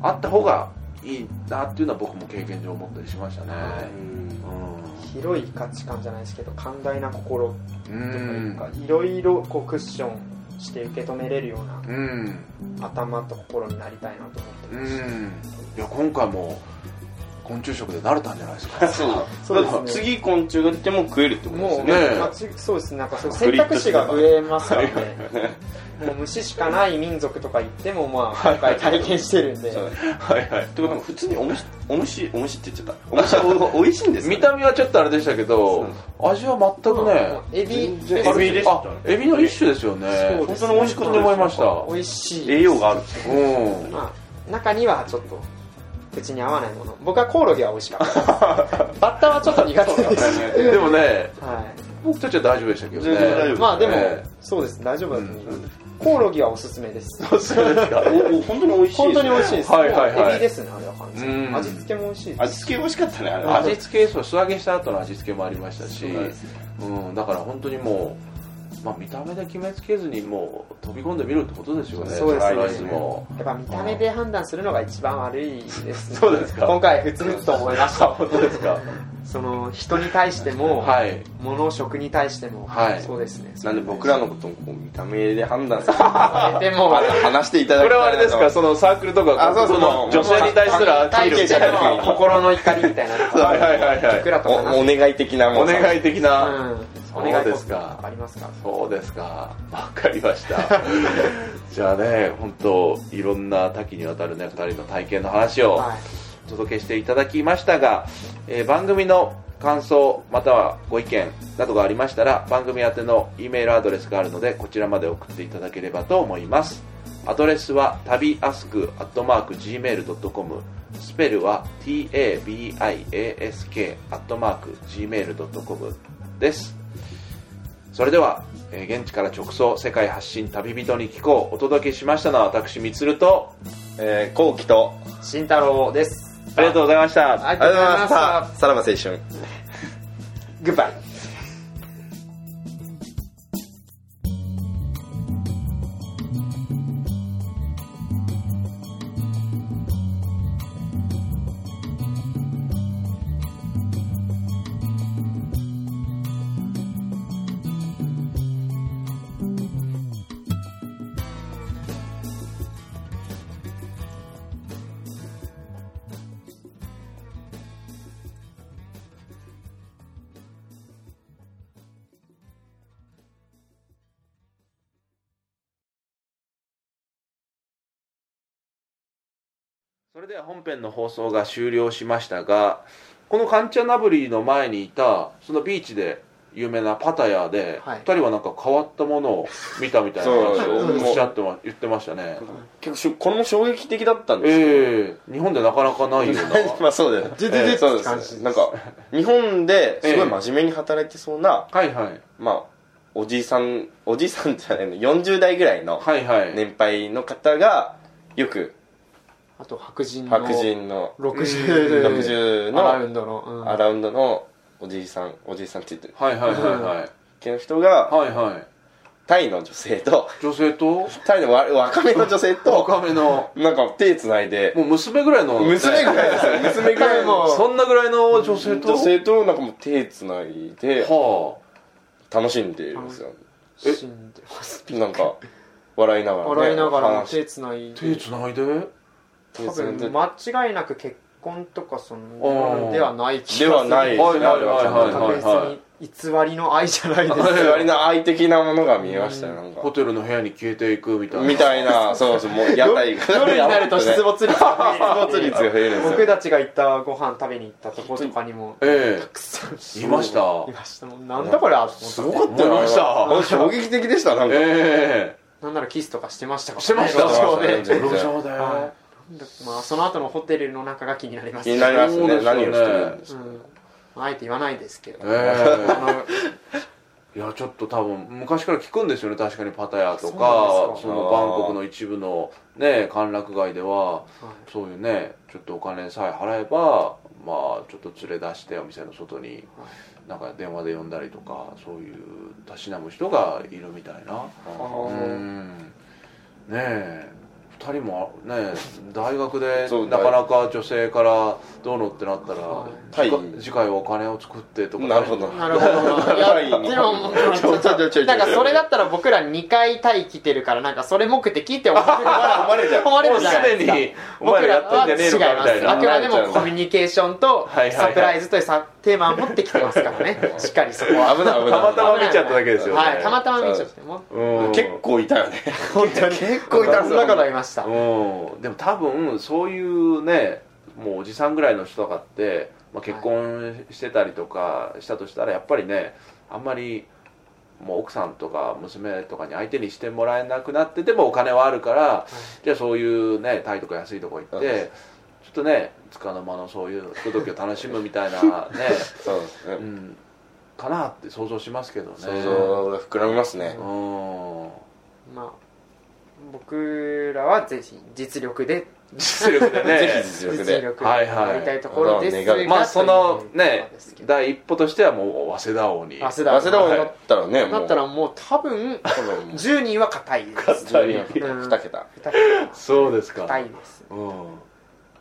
あった方がいいなっていうのは僕も経験上思ったりしましたね、うん
広い価値観じゃないですけど寛大な心と
う
いうんかいろいろこうクッションして受け止めれるような
うん
頭と心になりたいなと思って
う
ます、
んいや今回も昆虫食で慣れたんじゃないですか
[laughs] そうだ
そうですね
だから次昆虫が出ても食えるってことです
も
よ
う、
ね
ね
まあつそうですね、なんかそう選択肢が増えますよね。もう虫しかない民族とか行っても、まあ、今回体験してるんで、
そう
は
はいはい
[laughs] でも普通におむしおむしおむしって言っちゃったおむしおお美味しいんですか
見た目はちょっとあれでしたけど味は全くね
いエビ、
全然
あれ
エビでした
あエビの一種ですよね
そうで
本
す
当に美味しく
本当に思いました
美味しい。
栄養がある
うん
まあ、中にはちょっと、口に合わないもの。僕はコオロギは美味しかった。バッタはちょっと苦手です。
でもね
は
僕たちは大丈夫でしたけどね
全然大丈夫
い。まあでも
ええ、
そうです、大丈夫だと思いうコオロギはおすすめです。
[laughs] そうですかおお本当に美味しい
本当に美味しいです。
はいはいはい
エビですね、あれは完全
うん
に。味付けも美味しいです。
味付け美味しかったねあれは
味付けそう素揚げした後の味付けもありましたし
そうなんです
うん、だから本当にもう、まあ、見た目で決めつけずにもう飛び込んでみるってことですよね
そうです
サ
ね
プライズも
やっぱ見た目で判断するのが一番悪いですね。
そうですか
今回、ふつふつと思いました。本当です
か。
その、人に対しても、
はい
物、食に対しても、
はい
そうですね。
なんで僕らのこともこう見た目で判断する
でも、
話していただ
こ
き
れ
たいな
はあれですかそのサークルとか
あそうそう
の女性に対するアピールみたいな
体験者の
心の怒りみたいなのが。
はいはいはいはい
僕らと
お
話
お願い的な
お願
い
い的な、
す。うん。お
そ
願
う
い
で
ですす
か
か。ありますか
そうですかわかりましたじゃあね本当いろんな多岐にわたるね2人の体験の話を
はい。
お届けしていただきましたが、えー番組の感想またはご意見などがありましたら番組宛ての E メールアドレスがあるのでこちらまで送っていただければと思いますアドレスは旅アスクアットマーク Gmail.com スペルは tabiask アットマーク Gmail.com ですそれでは、えー現地から直送世界発信旅人に聞こうお届けしましたのは私みつると
えー、後期と
慎太郎です。
ありがとうございました
ありがとうございました。
さらば青春
グッバイ。
それでは本編の放送が終了しましたがこのカンチャナブリの前にいたそのビーチで有名なパタヤで、
はい
2人はなんか変わったものを見たみたいな話
そう
をおっしゃってま言ってましたね。
結構しょこれも衝撃的だったんですけど、
ええ日本でなかなかないような。
[laughs] まあそうだよね。
ズズズって
そう
感
で
じです
す。なんか、日本ですごい真面目に働いてそうな、
はいはい。
まあ、おじいさん、おじいさんじゃないの、40代ぐらいの
はいはい。
年配の方が、よく
あと白人の
白人の、
60
60
アラウ
の
ンドの、うん
アラウンドのおじいさん、おじいさんって言ってる
はいはいはいはい。
系の人が、
はいはい。
タイの女性と、
女性と
タイのわ若めの女性
[laughs]
と、
若めの、
なんか手つないで、
もう娘ぐらいの。
娘ぐらいですよ、娘ぐらいの。
そんなぐらいの女性と
女性となんかもう手つないで
は
楽しんでるんですよ
え
死んでます
なんか笑いながら、ね、
笑いながらも
話
手つ
あ。
ないで
手つないで
手
多
つないで
分間違いなく結婚とかそ
あー
のではない気
で
が
は
する
ないですね
はいはいはいはい
あれは
確実に偽りの愛じゃないですか
完全に割の愛的なものが見えましたよなん
ホ
か
テルの部屋に消えていくみたいな。
みたいなそうそうもう屋台
[laughs]
が
夜になると出没率が増える
没率が増えるんです
僕
よ
たちが行ったご飯食べに行ったとことかにも
え
たくさん
えいました。
いましたもうなんだこれは
すごかった
思い
よ
ました
あれ衝撃的でしたなんか
え
なんならキスとかしてましたか
してました
路上で
え
全然
路上で。
はまあその後のホテルの中が気になります
気になります
そう
ね
ですよね
何をしてるんです
う
か
んあえて言わないですけど、
ええ
あの
いやちょっと多分昔から聞くんですよね確かにパタヤとか
そうなん
そ
ですか
のバンコクの一部のね歓楽街ではそういうねちょっとお金さえ払えばまあちょっと連れ出してお店の外になんか電話で呼んだりとかそういうたしなむ人がいるみたいなう
はい
んねえ2人もね大学で
そう
なかなか女性からどうのってなったら
い
タイ
次回はお金を作ってとかね
な
[laughs]
るほど
なるほど。い
はい
や、でも、
ちょちょちょちょ
なんかそれだったら僕ら2回タイ来てるから、なんかそれ目的って思わ
思われちゃう
思われ
も
る
う
じ
す
ゃないで
です
か。
にお
[laughs] 僕
前ら
ら
やったん
は
じゃね
違
えのかみたい
います。あ
な
くまでもコミュニケーションと
はいはいはい
サプライズというさテーマを持ってきてますからね。しっかりそこは。
危ない危
た
ない
またま見ちゃっただけですよね
はい、たまたま見ちゃって。もう
うん
結構いたよね
本当に。
結構いた
そん
んですよ
なことありました。
うんでも多分そういうねもうおじさんぐらいの人とかって、まあ、結婚してたりとかしたとしたらやっぱりねあんまりもう奥さんとか娘とかに相手にしてもらえなくなっててもお金はあるから、じゃあそういうねタイとか安いとこ行って、
う
ちょっとねつかの間のそういうひとときを楽しむみたいなね、
そうです
う
ね
ん、かなって想像しますけどね
想像が膨らみますね
うん
まあ、僕らはぜひ実力で、
実力でね
ぜひ実力
実
で
力で
はいはい
やりたいところですが、
まあその
というこ
ね
とですけど
第一歩としてはもう早稲田王に
早稲
早
田
稲田王だったらねも
だ
う
ったらもう多分
多分もう
10人は硬いです
硬い
うん
2桁
そうですか
硬いです
うん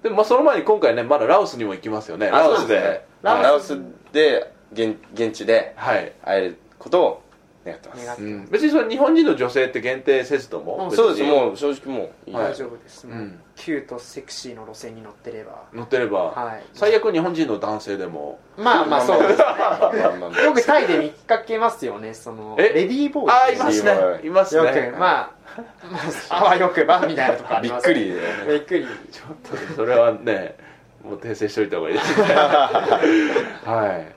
でもまあその前に今回ねまだラオスにも行きますよね
あ
ラオスで
そうですね
ラオス
ラオスで現現地で
はい、
会えることを願ってま
願って
す
うん別にその日本人の女性って限定せずとも、
うん
別に
そうですもう正直もういい
はい
大丈夫です、
うん
もうキュートセクシーの路線に乗ってれば
乗ってれば、
はい
最悪日本人の男性でも
まあまあそうで
[laughs]
すね
まあまあまあ
よくタイで見かけますよねその
え
レディーボーイ
ああ
い
います
いい
ね
わ
います
よ
ね
くまあ、まあ、あわよくばみたいなとこあ
び
り
っ
ます
くりで
びっくり
ちょっとねそれはねもう訂正しといた方がいいですねはい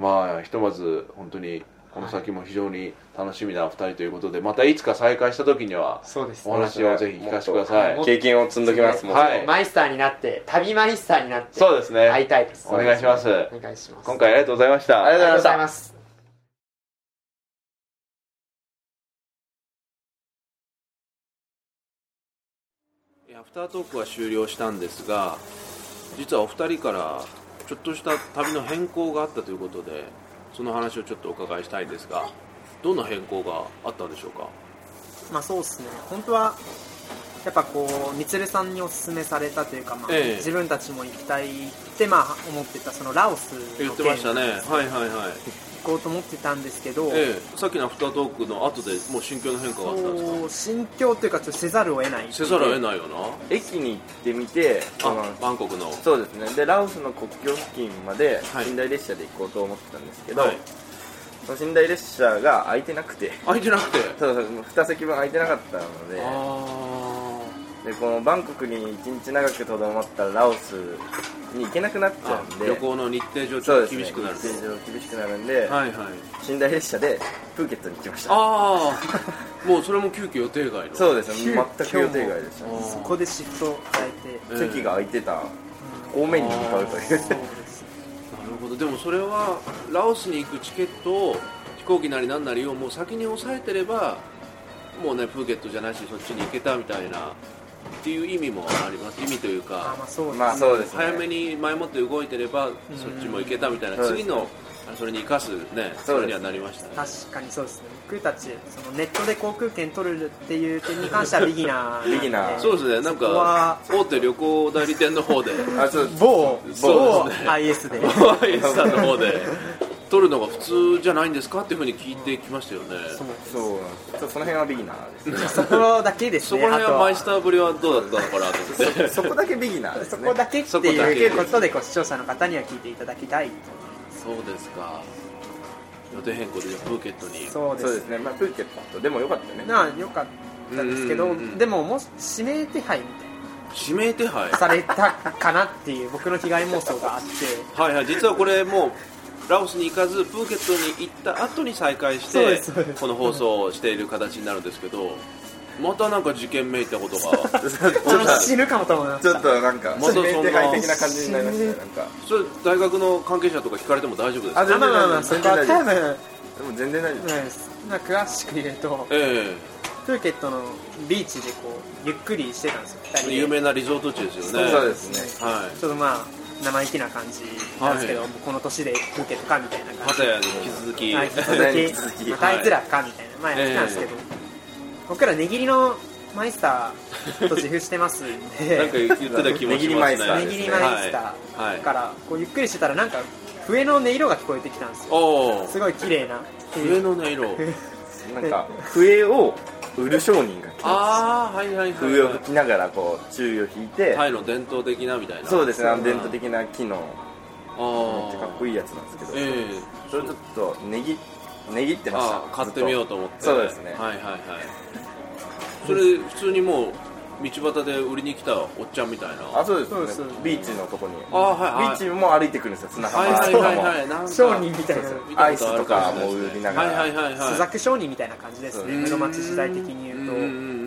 まあひとまず本当にこの先も非常に楽しみな2人ということでまたいつか再会した時には
そうです
お
ね
話をぜひ聞かせてください
もっと
経験を積んどきますもうそ
はい
れ
マイスターになって旅マイスターになって
そうですね、
会いたいです
お願いします
お願いします
今回ありがとうございました
あ
あ
り
りが
が
とうござ
とうござ
い
い
ま
ます
えーアフタートークは終了したんですが実はお二人からちょっとした旅の変更があったということでその話をちょっとお伺いしたいんですがどんな変更があったんでしょうか
まあそうですね本当はやっぱこうみつるさんにおすすめされたというか、まあ
ええ
自分たちも行きたいって、まあ、思ってたそのラオス
言
の
って
件
ましたねはいはいはい、
行こうと思ってたんですけど、
ええ、さっきのアフタートークの後でもう心境の変化があったんです
そう心境というかちょっとせざるを得ない
かせざるを得ないよな
駅に行ってみてその
あバンコクの
そうですねでラオスの国境付近まで
はい
寝台列車で行こうと思ってたんですけど、
はい
その寝台列車が空いてなくて
空いてなくて
ただ2席分空いてなかったので
あ
でこのバンコクに一日長くとどまったらラオスに行けなくなっちゃうんで
旅行の日程上ち
そ
ょ
う
っと
ですね
厳しくなると
現状厳しくなるんで、
はいはい
寝台列車でプーケットに行きました
ああもうそれも急遽予定外の
そうですね全く
急遽
予定外でしたね
そこでシフトを変えて
うん
席が空いてた方面に向かうという
そうです
なるほどでもそれはラオスに行くチケットを飛行機なりなんなりをもう先に押さえてればもうねプーケットじゃないしそっちに行けたみたいなっていう意味もあります意味という
あ
か
まあそうで
[laughs]
す、
まあそうですね
早めに前もって動いてればそっちも行けたみたいな
そうです
次のあそれに生かすね
そ
そう
です
れにはなりましたね
確かにそうですね僕たちそのネットで航空券取るっていう点に関してはビギナーなんで
ビギナー
そうですねなん
そこは
か大手旅行代理店の方で
あそう
某
[laughs] そう
某
ですね
IS で
YS さんの方で取るのが普通じゃないんですかっていうふうに聞いてきましたよね
そうなんですちょっとその辺はビギナーですね
そこだけです
そ
ね
こら辺はマイ
あ
スターぶりはどうだったのかなと思って
そこだけビギナーで
とそ
すね
こだけって
そこだけ
いうことでこう視聴者の方には聞いていただきたい
そうですか予定変更でじゃあプーケットに
そうで
そう
す
ですね、まあ、プーケットでもよかったね
なあよかったですけど、
うんうんうん
でももし指名手配みたい
指名手配
なされたかなっていう僕の被害妄想があって
はいはい実はこれもうラオスに行かずプーケットに行った後に再開し
そうで
て
すそうです
この放送をしている形になるんですけどまたなんか事件めいたこと
[laughs]
が
あの死ぬかもと思いま
ち
し
ょ
た
っとなんか
またそんな
指名手配的な感じになりましたねなんか
それ大学の関係者とか聞かれても大丈夫ですか
あ
まあ
全
ま
然
あまあまあ
大
そ
丈
こは
夫全
多
然大丈夫でも
分、
全然大丈夫
うんまあ詳しく言うと
え
プーケットのビーチでこうゆっくりしてたんですよ2
え
人で
有名なリゾート地ですよね
そうですね
はい
ちょっとまあ生意気な感じなんですけど、
はい
もうこの年でプーケットかみたいな感
パ
じ
タヤに引き続き、
はい、
引
引
き
き
続
続
き
き、またあいつらかみたいな、まあやってたんですけど、僕ら、値切りのマイスターと自負してますん
[laughs] [laughs] なんか
で、
言ってた気もしますね
ネ
値切りマイスタ
はい
ーから、こうゆっくりしてたら、なんか笛の音色が聞こえてきたんですよ、
おお
すごい綺麗な、
上の音色
なんか笛を売る商人が来た
ああはいはいはい
笛を吹きながらこう注意を引いて、
タイの伝統的なみたいな
そうですねあの
ん
伝統的な機能
あ
めっちゃかっこい
い
いやつなんですけど、
ええ
それちょっとねぎねぎってました
ああ買ってみようと思って
そうですね
はいはいはいそれ普通にもう道端で売りに来たおっちゃんみたいな
あそうです,、ね、
そうです
ビーチのとこに
あはいはい
ビーチも歩いてくるんですよ砂
はい
浜
はいはいはいなんか
商人みたいな、
見
ア
た
イ
こ
ス
ある
と
か
か
もしれない
も売りながら、
はいはいはいはい
スザク商人みたいな感じですね、
うん
室町時代的に言
んん
うと。
んうん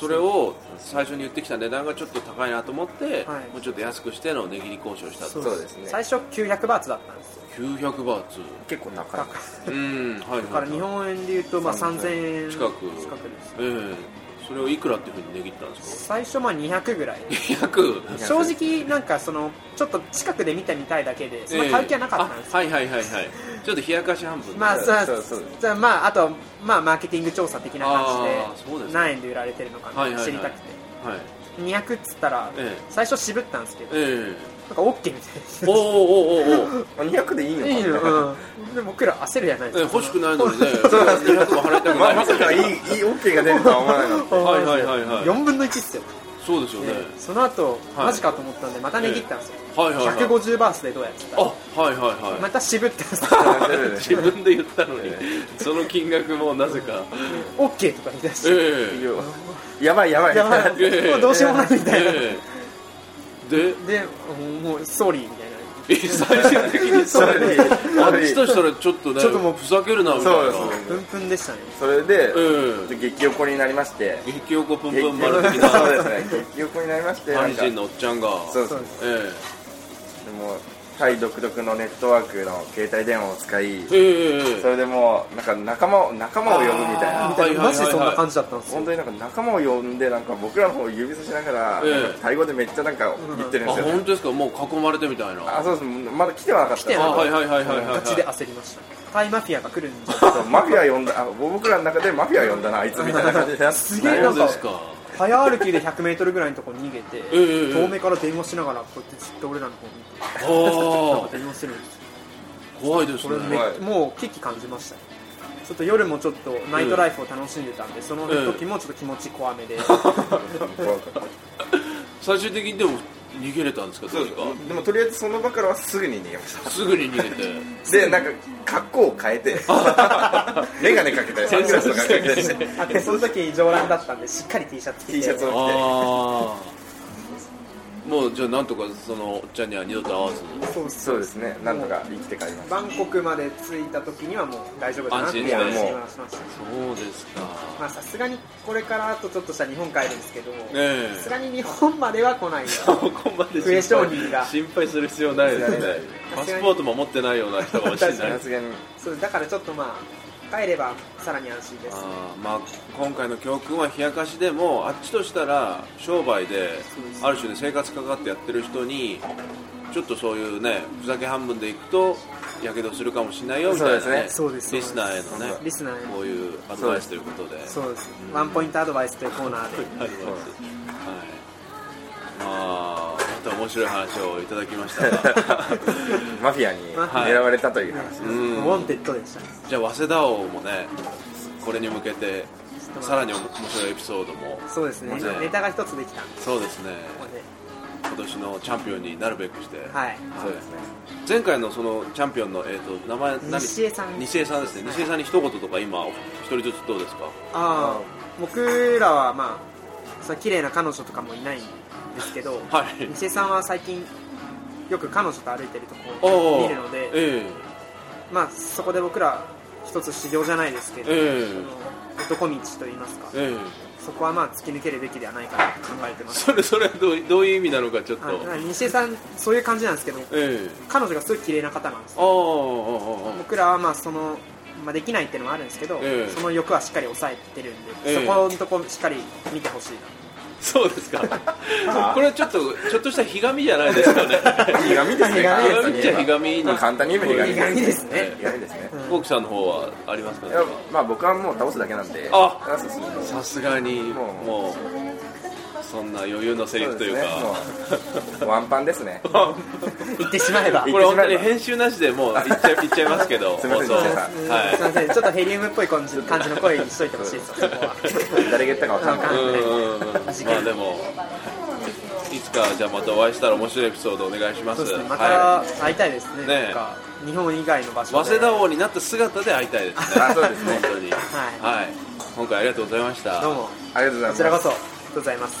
それを最初に言ってきた値段がちょっと高いなと思って、
はい
もうちょっと安くしての値切り交渉したと
そうですね
最初900バーツだったんですよ
900バーツ
結構高い
高い
うんはいはい、はい、
だから日本円で言うとまあ3000円
近く
です
ええそれをいくらっていうふうに値切ったんです
最初まあ200ぐらい
か200
正直なんかそのちょっと近くで見たみたいだけでそんな買う気はなかったんですよ、
ええあはいはいはいはいちょっと冷やかし半分で
まあ
そう
そう
そうそう
じゃあまああとまあマーケティング調査的な感
あーそうで
じです
ね
何円で売られてるのか
はい
な
はい
ん
は
か
い
知りたくて、
はい
200っつったら
え
最初渋ったんですけど、
ええ
なんか OK みたいで
え
す
おーおーおーおー
あ200でいいのか
いいの、 [laughs] うん、でも僕ら焦るじゃない
ええ
ですか、
欲しくないのに
[laughs]
ね200も払いたく
ま
な
あ、
い
まさかいいいい OK が出るとは思わなかった
はいはいはいはい
4分の1っすよ、
そうですよね、
で [laughs] その後、
はい
マジかと思ったんでまた値切ったんですよ、
はいはいはい
150バースでどうやってた
あはいはいは
ま
い
た渋ってます
自分で言ったのにその金額もなぜか
OK とか言い出して、
ええ
やばいやばい
やばい、
ええ
もうどうしようもないみたいな、
ええで
でもうもうソーリーみたい
え最終
[laughs]
的にそ
そ
れ
れ
あっちとしたらちょっとね
ちょっともう
ふざけるなみたい
そう
な
です
なプンプンでしたね
それで、
ええ
激横になりまして
激おこぷん
激
ぷん丸的
そう
な
ですね激横になりまして
パ
な
リ
んか
人のおっちゃんが
そうそう
え
でもタイ独特のネットワークの携帯電話を使い
えええ
それでもうなんか仲間を仲間を呼ぶみたい
あ
な
ーはいはいはいはい
マジでそんな感じだったんですよ
本当になんか仲間を呼んでなんか僕らの方を指さしながら、
ええ
なんかタイ語でめっちゃなんか言ってるん
あ
ですよ、
本当ですかもう囲まれてみたいな
あそうですまだ来てはなかった
来て
あ
な
はいはいはいはいはい
ガチで焦りましたタイマフィアが来るんじゃ
そうマフィア呼んだあ僕らの中でマフィア呼んだなあいつみたいな感じで
すげえ
そ
な
うんで
か
すか
早歩きで 100m ぐらいのところに逃げて、
ええ
遠目から電話しながらこうやってずっと俺らの方に
あ
なん
あ
か電話するんですよ
怖いです
こ
ね
れめ、
はい
もう危機感じましたねちょっと夜もちょっとナイトライフを楽しんでたんで、
[laughs]
その時もちょっと気持ち怖めで、
怖かった
最終的にでも逃げれたんですかどうにか
でもとりあえずその場からはすぐに逃げまし
すぐに逃げて
たでなんか格好を変えて眼鏡かけたりサングラスとかかけたりして
あでその時上乱だったんでしっかり T シャツ着て
T シャツを着
ああもうじゃあなんとかそのおっちゃんには二度と会わず
てそうですねなんとか生きて帰りました
バンコクまで着いた時にはもう大丈夫だなって
安
安
心した
ね
心はしまし
そ
た
うですか
まあさすがにこれからあとちょっとしたら日本帰るんですけど
ねえ
さすがに日本までは来ないよ [laughs]
そこまで
増え
心
商
配
人が
心配する必要ないですね [laughs] パスポートも持ってないような人が欲しいんだ
さすがに
そうだからちょっとまあ帰ればさらに安心です
あーまあ今回の教訓は冷やかしでもあっちとしたら商売である種で生活かかってやってる人にちょっとそういうねふざけ半分でいくとやけどするかもしれないよみたいな、ね、
そうですね
そうですそう
リ
です
スナーへのね
リスナーへの
こういうアドバイスということで
そうですワンポイントアドバイスというコーナーで
アドバイスはいまあまた面白い話をいただきました
[laughs]
が
マフィアに狙われたという話
う
ウ
ん
ォンテッドでした
じゃあ早稲田王もねこれに向けてさらに面白いエピソードも
そうですね
面白い
ネタが一つできた
そうですね
ここで
今年のチャンピオンになるべくして、
はい
そうですね前回のそのチャンピオンの、えー、と名前何
西江さん
西江さんですね、
はい
西江さんに一言とか今お一人ずつどうですか
ああ僕らはまあその綺麗な彼女とかもいないんですけど
はい
西江さんは最近よく彼女と歩いてるとこ
お
ろ
ー
を見るので
え
まあそこで僕ら一つ修行じゃないですけ
え
ど、
え
その男道といいますか
えええ
そこはまあ突き抜けるべきではないかなと考えてます
それそれはどうどういう意味なのかちょっと
はいまあ西江さんそういう感じなんですけど
ええ
彼女がすごい綺麗な方なんです
あああ
よ
ああ
僕らはまあその、まあ、できないっていうのもあるんですけど、
ええ
その欲はしっかり抑えてるんで、
ええ
そこのとこしっかり見てほしいな
そうですかこれはちょっとちょっとしたひがみじゃないですかね
ひがみですね
ひがみっちゃひがみに
簡単に言えばひがみ
ひがみですね
え
ひ
え
がみですね
コウキさんの方はありますか
い
ね
やまあ僕はもう倒すだけなんで
あ
あそうそう
さすがに
もう
もうそんな余裕のセリフという
そ
か
もうワンパンですね
言ってしまえば
[laughs] これ本当に編集なしでもう言っちゃい言っちゃいますけど
[laughs] すいません
放送
西江さん
すいま
は
せんちょっとヘリウムっぽい感じ感じの声にしといてほしいですそこは
誰が言ったかわかんな
い
い
うんうんうんまあでもいつかじゃあまたお会いしたら面白いエピソードお願いしま
そ
す
うですねま
は
た会いたいです
ね
ね
え
なんか日本以外の場
い、
所
早
で
稲田王になった姿で会いたいですね
あそうですね
本当にはい、今回ありがとうございました
どうも
ありがとうござい
こ
ま
ち
す
らこそありがとうございます